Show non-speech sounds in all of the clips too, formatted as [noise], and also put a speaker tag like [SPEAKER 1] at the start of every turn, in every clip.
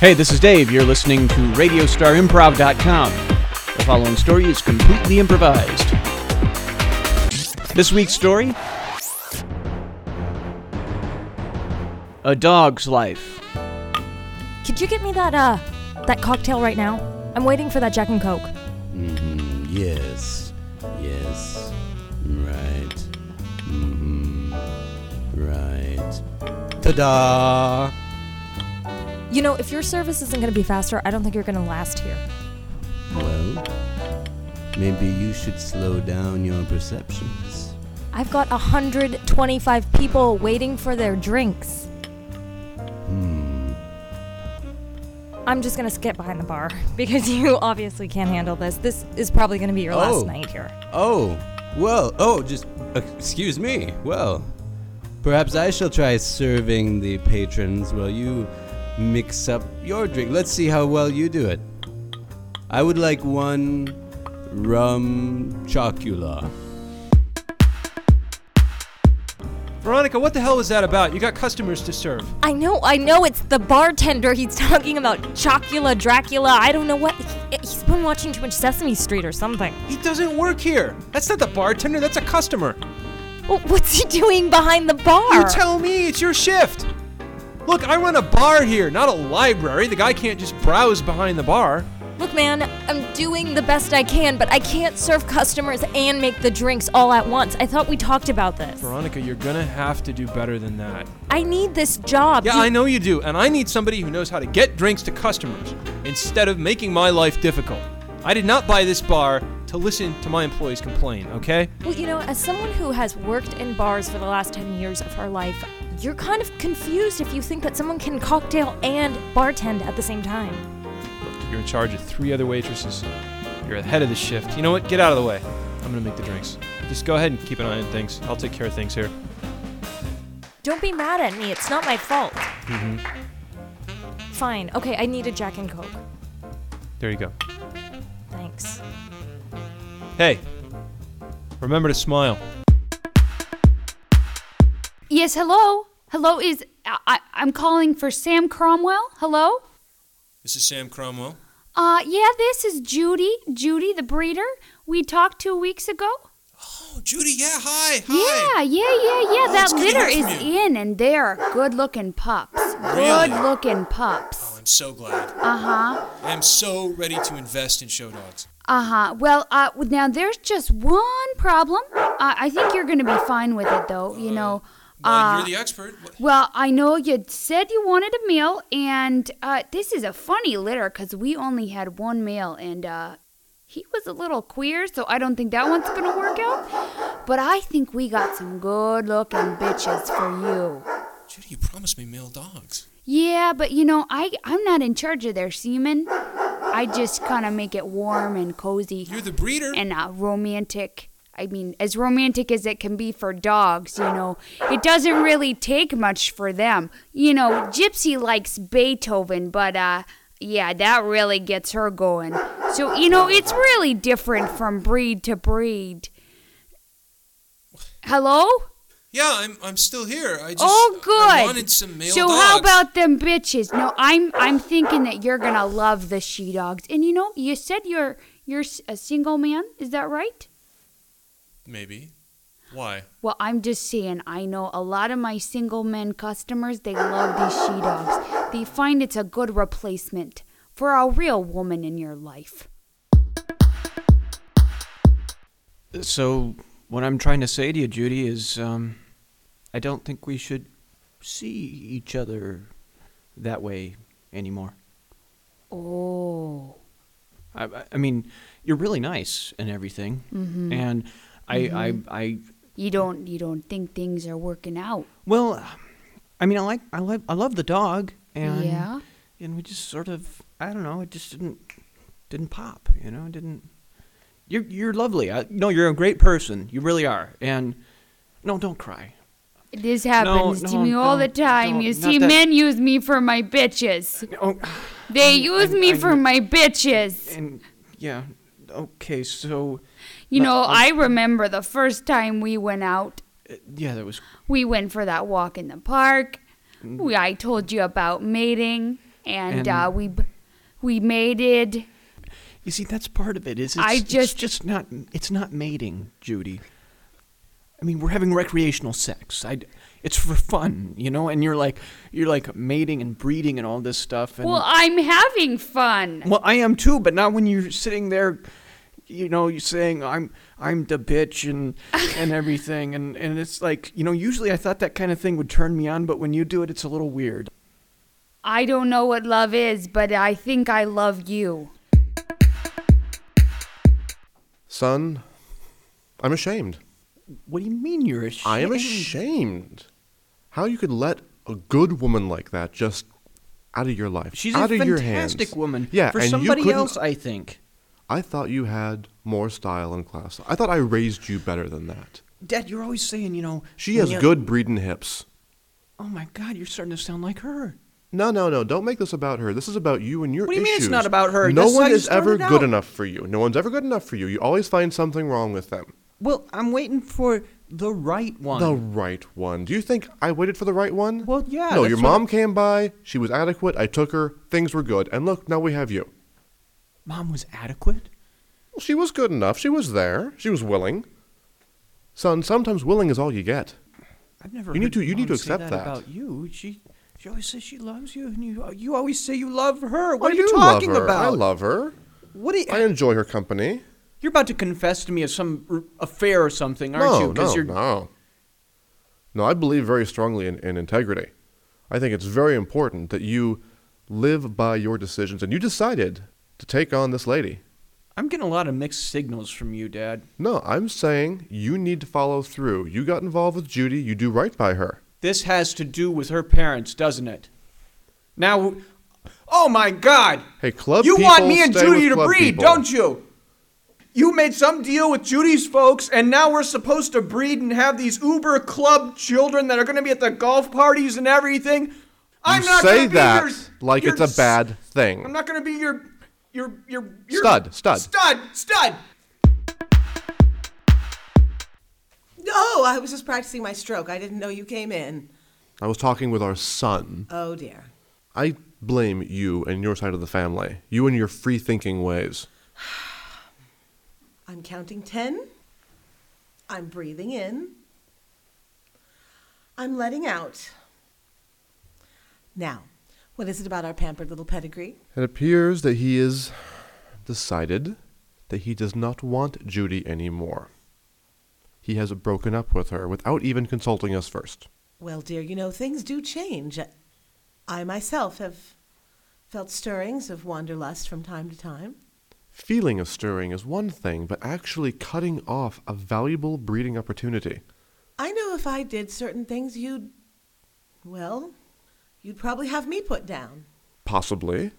[SPEAKER 1] Hey, this is Dave. You're listening to RadioStarImprov.com. The following story is completely improvised. This week's story A Dog's Life.
[SPEAKER 2] Could you get me that uh that cocktail right now? I'm waiting for that Jack and Coke.
[SPEAKER 3] Yes. Yes. Right. Mhm. Right. Ta-da!
[SPEAKER 2] You know, if your service isn't gonna be faster, I don't think you're gonna last here.
[SPEAKER 3] Well, maybe you should slow down your perceptions.
[SPEAKER 2] I've got 125 people waiting for their drinks. I'm just gonna skip behind the bar [laughs] because you obviously can't handle this. This is probably gonna be your
[SPEAKER 3] Oh.
[SPEAKER 2] last night here.
[SPEAKER 3] Oh, well, oh, just excuse me. Well, perhaps I shall try serving the patrons while you mix up your drink. Let's see how well you do it. I would like one rum chocula.
[SPEAKER 4] Veronica, what the hell was that about? You got customers to serve.
[SPEAKER 2] I know, I know it's the bartender. He's [laughs] talking about Chocula, Dracula. I don't know what. He, he's been watching too much Sesame Street or something.
[SPEAKER 4] He doesn't work here. That's not the bartender, that's a customer.
[SPEAKER 2] Well, [laughs] what's he doing behind the bar?
[SPEAKER 4] You tell me, it's your shift. Look, I run a bar here, not a library. The guy can't just browse behind the bar.
[SPEAKER 2] Look, man, I'm doing the best I can, but I can't serve customers and make the drinks all at once. I thought we talked about this.
[SPEAKER 4] Veronica, you're gonna have to do better than that.
[SPEAKER 2] I need this job.
[SPEAKER 4] Yeah,
[SPEAKER 2] You-
[SPEAKER 4] I know you do, and I need somebody who knows how to get drinks to customers instead of making my life difficult. I did not buy this bar to listen to my employees complain, okay?
[SPEAKER 2] Well, you know, as someone who has worked in bars for the last 10 years of her life, you're kind of confused if you think that someone can cocktail and bartend at the same time.
[SPEAKER 4] You're in charge of three other waitresses. You're the head of the shift. You know what? Get out of the way. I'm gonna make the drinks. Just go ahead and keep an eye on things. I'll take care of things here.
[SPEAKER 2] Don't be mad at me, it's not my fault.
[SPEAKER 4] Mm-hmm.
[SPEAKER 2] Fine, okay, I need a Jack and Coke.
[SPEAKER 4] There you go.
[SPEAKER 2] Thanks.
[SPEAKER 4] Hey, remember to smile.
[SPEAKER 5] Yes, hello. Hello is I, I I'm calling for Sam Cromwell. Hello?
[SPEAKER 4] This is Sam Cromwell.
[SPEAKER 5] Uh yeah, this is Judy, Judy the breeder. We talked 2 weeks ago.
[SPEAKER 4] Oh, Judy. Yeah. Hi. Oh,
[SPEAKER 5] Yeah, yeah, yeah, yeah. that litter is in and they are good-looking pups. Good-looking pups.
[SPEAKER 6] Oh,
[SPEAKER 4] I'm so glad.
[SPEAKER 5] Uh-huh.
[SPEAKER 4] I'm so ready to invest in show dogs.
[SPEAKER 5] Uh-huh. Well, uh now there's just one problem. Uh, I think you're going to be fine with it though, you know. uh,
[SPEAKER 4] the expert.
[SPEAKER 5] Well, I know you said you wanted a meal, and uh, this is a funny litter because we only had one meal, and uh, he was a little queer, so I don't think that one's gonna work out. But I think we got some good-looking bitches for you.
[SPEAKER 6] Judy, you promised me male dogs.
[SPEAKER 5] Yeah, but you know, I I'm not in charge of their semen. I just kind of make it warm and cozy
[SPEAKER 6] You're the breeder.
[SPEAKER 5] and uh, romantic. I mean, as romantic as it can be for dogs, you know, it doesn't really take much for them. You know, Gypsy likes Beethoven, but uh, yeah, that really gets her going. So you know, it's really different from breed to breed. Hello?
[SPEAKER 6] yeah, I'm I'm still here. I just
[SPEAKER 5] oh,
[SPEAKER 6] I
[SPEAKER 5] good.
[SPEAKER 6] wanted some male
[SPEAKER 5] so
[SPEAKER 6] dogs.
[SPEAKER 5] how about them bitches? No, I'm I'm thinking that you're gonna love the she dogs. And you know, you said you're you're s- a single man. Is that right?
[SPEAKER 6] maybe? Why?
[SPEAKER 5] Well, I'm just saying, I know a lot of my single men customers, they love these she dogs. They find it's a good replacement for a real woman in your life.
[SPEAKER 1] So, what I'm trying to say to you, Judy, is um, I don't think we should see each other that way anymore.
[SPEAKER 5] Oh.
[SPEAKER 1] I- I, I mean, you're really nice and everything, and I, I, I,
[SPEAKER 5] You don't you don't think things are working out.
[SPEAKER 1] well, I mean, I like, I like, I love the dog, and
[SPEAKER 5] Yeah.
[SPEAKER 1] and we just sort of, I don't know, it just didn't, didn't pop, you know, it didn't. You're, you're lovely. I, no, you're a great person. You really are, and no, don't cry.
[SPEAKER 5] This happens to
[SPEAKER 1] no,
[SPEAKER 5] me all the
[SPEAKER 1] don't-
[SPEAKER 5] time.
[SPEAKER 1] don't,
[SPEAKER 5] you
[SPEAKER 1] not
[SPEAKER 5] see
[SPEAKER 1] that-
[SPEAKER 5] men use me for my bitches.
[SPEAKER 1] Oh,
[SPEAKER 5] They use
[SPEAKER 1] I'm-
[SPEAKER 5] me
[SPEAKER 1] I'm-
[SPEAKER 5] for my bitches.
[SPEAKER 1] and yeah, okay, so
[SPEAKER 5] You
[SPEAKER 1] but
[SPEAKER 5] know,
[SPEAKER 1] I'm-
[SPEAKER 5] I remember the first time we went out
[SPEAKER 1] uh, yeah, that was
[SPEAKER 5] We went for that walk in the park. We, I told you about mating. and,
[SPEAKER 1] And-
[SPEAKER 5] uh, we b- we mated.
[SPEAKER 1] You see, that's part of it. Is it's,
[SPEAKER 5] I
[SPEAKER 1] it's
[SPEAKER 5] just-
[SPEAKER 1] just not it's not mating, Judy. I mean, we're having recreational sex. I, it's for fun, you know. And you're like you're like mating and breeding and all this stuff. And
[SPEAKER 5] Well, I'm having fun.
[SPEAKER 1] Well, I am too, but not when you're sitting there, you know, you're saying I'm I'm the bitch
[SPEAKER 5] [laughs]
[SPEAKER 1] and and everything, and and it's like you know. Usually, I thought that kind of thing would turn me on, but when you do it, it's a little weird.
[SPEAKER 5] I don't know what love is, but I think I love you.
[SPEAKER 7] Son, I'm ashamed.
[SPEAKER 1] What do you mean you're ashamed?
[SPEAKER 7] I am ashamed. How you could let a good woman like that just out of your life,
[SPEAKER 1] She's
[SPEAKER 7] out
[SPEAKER 1] a
[SPEAKER 7] of your hands.
[SPEAKER 1] fantastic woman.
[SPEAKER 7] Yeah,
[SPEAKER 1] for
[SPEAKER 7] and
[SPEAKER 1] somebody
[SPEAKER 7] you couldn't-
[SPEAKER 1] else, I think.
[SPEAKER 7] I thought you had more style and class. I thought I raised you better than that.
[SPEAKER 1] Dad, you're always saying, you know,
[SPEAKER 7] She
[SPEAKER 1] when
[SPEAKER 7] has
[SPEAKER 1] you-
[SPEAKER 7] good breeding hips.
[SPEAKER 1] Oh my God, you're starting to sound like her.
[SPEAKER 7] No, no, no! Don't make this about her. This is about you and your
[SPEAKER 1] What do you mean it's
[SPEAKER 7] issues.
[SPEAKER 1] not about her?
[SPEAKER 7] No
[SPEAKER 1] That's how
[SPEAKER 7] one
[SPEAKER 1] you
[SPEAKER 7] is ever
[SPEAKER 1] started out.
[SPEAKER 7] good enough for you. No one's ever good enough for you. You always find something wrong with them.
[SPEAKER 1] Well, I'm waiting for the right one.
[SPEAKER 7] The right one. Do you think I waited for the right one?
[SPEAKER 1] Well, yeah,
[SPEAKER 7] No,
[SPEAKER 1] that's
[SPEAKER 7] your
[SPEAKER 1] what-
[SPEAKER 7] mom came by. She was adequate. I took her. Things were good. And look, now we have you.
[SPEAKER 1] Mom was adequate.
[SPEAKER 7] Well, she was good enough. She was there. She was willing. Son, sometimes willing is all you get.
[SPEAKER 1] I've never.
[SPEAKER 7] You need
[SPEAKER 1] heard
[SPEAKER 7] to- you need
[SPEAKER 1] Mom
[SPEAKER 7] to
[SPEAKER 1] say
[SPEAKER 7] accept that.
[SPEAKER 1] about you. She she always says she loves you, and you you always say you love her. What
[SPEAKER 7] I
[SPEAKER 1] are you
[SPEAKER 7] do
[SPEAKER 1] talking
[SPEAKER 7] love her.
[SPEAKER 1] about?
[SPEAKER 7] I love her.
[SPEAKER 1] What are you,
[SPEAKER 7] I enjoy her company.
[SPEAKER 1] you're about to confess to me of some r- affair or something, aren't
[SPEAKER 7] no,
[SPEAKER 1] you?
[SPEAKER 7] no,
[SPEAKER 1] you're
[SPEAKER 7] no. No, I believe very strongly in, in integrity. I think it's very important that you live by your decisions, and you decided to take on this lady.
[SPEAKER 1] I'm getting a lot of mixed signals from you, Dad.
[SPEAKER 7] No, I'm saying you need to follow through. You got involved with Judy, you do right by her.
[SPEAKER 1] This has to do with her parents, doesn't it? Now, oh my God!
[SPEAKER 7] Hey, club
[SPEAKER 1] You want
[SPEAKER 7] people
[SPEAKER 1] me and
[SPEAKER 7] stay
[SPEAKER 1] Judy
[SPEAKER 7] with
[SPEAKER 1] to
[SPEAKER 7] club
[SPEAKER 1] breed,
[SPEAKER 7] people.
[SPEAKER 1] don't you? You made some deal with Judy's folks, and now we're supposed to breed and have these Uber Club children that are going to be at the golf parties and everything. I'm
[SPEAKER 7] you
[SPEAKER 1] not
[SPEAKER 7] say
[SPEAKER 1] gonna be
[SPEAKER 7] that
[SPEAKER 1] your,
[SPEAKER 7] like
[SPEAKER 1] your
[SPEAKER 7] it's a
[SPEAKER 1] s-
[SPEAKER 7] bad thing.
[SPEAKER 1] I'm not going to be your, your, your, your
[SPEAKER 7] Stud, stud.
[SPEAKER 1] stud, stud.
[SPEAKER 8] No, Oh, I was just practicing my stroke. I didn't know you came in.
[SPEAKER 7] I was talking with our son.
[SPEAKER 8] Oh dear.
[SPEAKER 7] I blame you and your side of the family. You and your free thinking ways.
[SPEAKER 8] I'm counting 10. I'm breathing in. I'm letting out. Now, what is it about our pampered little pedigree?
[SPEAKER 7] It appears that he is decided that he does not want Judy anymore. He has broken up with her without even consulting us first.
[SPEAKER 8] Well, dear, you know, things do change. I myself have felt stirrings of wanderlust from time to time.
[SPEAKER 7] Feeling a stirring is one thing, but actually cutting off a valuable breeding opportunity.
[SPEAKER 8] I know if I did certain things, you'd, well, you'd probably have me put down.
[SPEAKER 7] Possibly.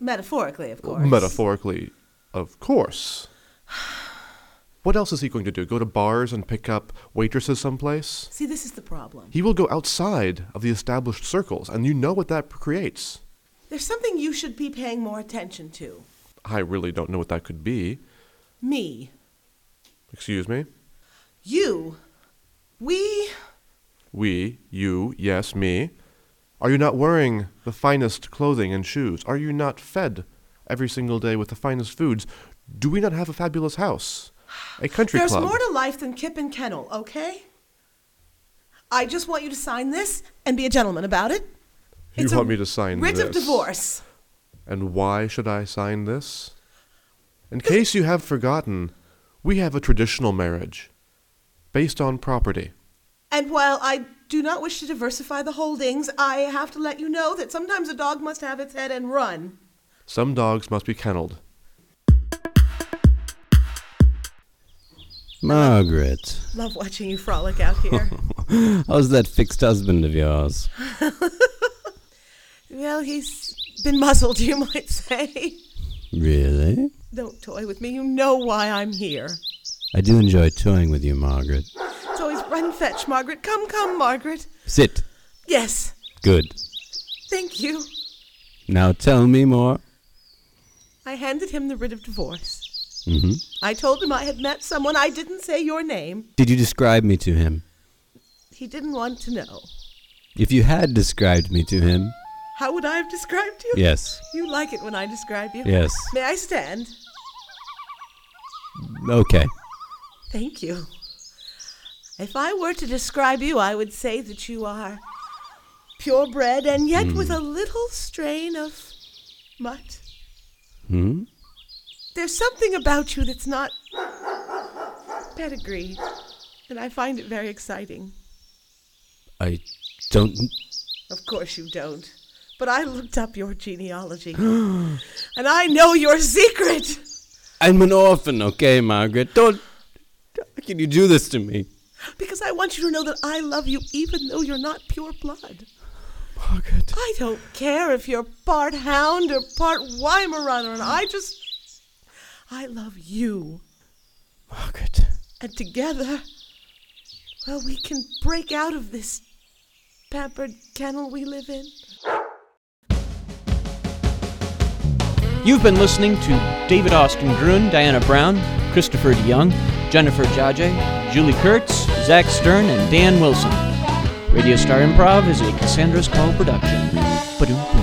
[SPEAKER 8] Metaphorically, of course.
[SPEAKER 7] Metaphorically, of course. [sighs] What else is he going to do? Go to bars and pick up waitresses someplace?
[SPEAKER 8] See, this is the problem.
[SPEAKER 7] He will go outside of the established circles, and you know what that creates.
[SPEAKER 8] There's something you should be paying more attention to.
[SPEAKER 7] I really don't know what that could be.
[SPEAKER 8] Me.
[SPEAKER 7] Excuse me?
[SPEAKER 8] You. We.
[SPEAKER 7] We, you, yes, me. Are you not wearing the finest clothing and shoes? Are you not fed every single day with the finest foods? Do we not have a fabulous house? A country
[SPEAKER 8] There's
[SPEAKER 7] club?
[SPEAKER 8] more to life than Kip and Kennel, okay? I just want you to sign this and be a gentleman about it.
[SPEAKER 7] You
[SPEAKER 8] It's a
[SPEAKER 7] want me to sign
[SPEAKER 8] writ
[SPEAKER 7] this?
[SPEAKER 8] of divorce.
[SPEAKER 7] And why should I sign this? In case you have forgotten, we have a traditional marriage based on property.
[SPEAKER 8] And while I do not wish to diversify the holdings, I have to let you know that sometimes a dog must have its head and run.
[SPEAKER 7] Some dogs must be kennelled.
[SPEAKER 3] Margaret,
[SPEAKER 8] Love watching you frolic out
[SPEAKER 7] [laughs]
[SPEAKER 8] here.
[SPEAKER 3] how's that fixed husband of yours?
[SPEAKER 8] well, he's been muzzled, [laughs] you might say.
[SPEAKER 3] Really?
[SPEAKER 8] Don't toy with me. You know why I'm here.
[SPEAKER 3] I do enjoy toying with you, Margaret.
[SPEAKER 8] It's always run fetch, Margaret. Come, come, Margaret.
[SPEAKER 3] Sit.
[SPEAKER 8] Yes,
[SPEAKER 3] Good.
[SPEAKER 8] thank you.
[SPEAKER 3] Now tell me more.
[SPEAKER 8] I handed him the writ of divorce.
[SPEAKER 3] hmm
[SPEAKER 8] I told him I had met someone. I didn't say your name.
[SPEAKER 3] Did you describe me to him?
[SPEAKER 8] He didn't want to know.
[SPEAKER 3] If you had described me to him,
[SPEAKER 8] How would I have described you?
[SPEAKER 3] Yes.
[SPEAKER 8] You like it when I describe you.
[SPEAKER 3] Yes.
[SPEAKER 8] May I stand?
[SPEAKER 3] Okay.
[SPEAKER 8] Thank you. If I were to describe you, I would say that you are purebred and yet with a little strain of mutt.
[SPEAKER 3] Hmm?
[SPEAKER 8] There's something about you that's not pedigree, and I find it very exciting.
[SPEAKER 3] I don't.
[SPEAKER 8] Of course you don't. But I looked up your genealogy, and I know your secret.
[SPEAKER 3] I'm an orphan, okay, Margaret? Don't. How can you do this to me?
[SPEAKER 8] Because I want you to know that I love you even though you're not pure blood.
[SPEAKER 3] Margaret.
[SPEAKER 8] I don't care if you're part hound or part Weimaraner, and I just. I love you.
[SPEAKER 3] Margaret.
[SPEAKER 8] And together, well, we can break out of this pampered kennel we live in.
[SPEAKER 1] You've been listening to David Austin Gruen, Diana Brown, Christopher DeYoung, Jennifer Jaje, Julie Kurtz, Zach Stern, and Dan Wilson. Radio Star Improv is a Cassandra's Call production. Ba-doom,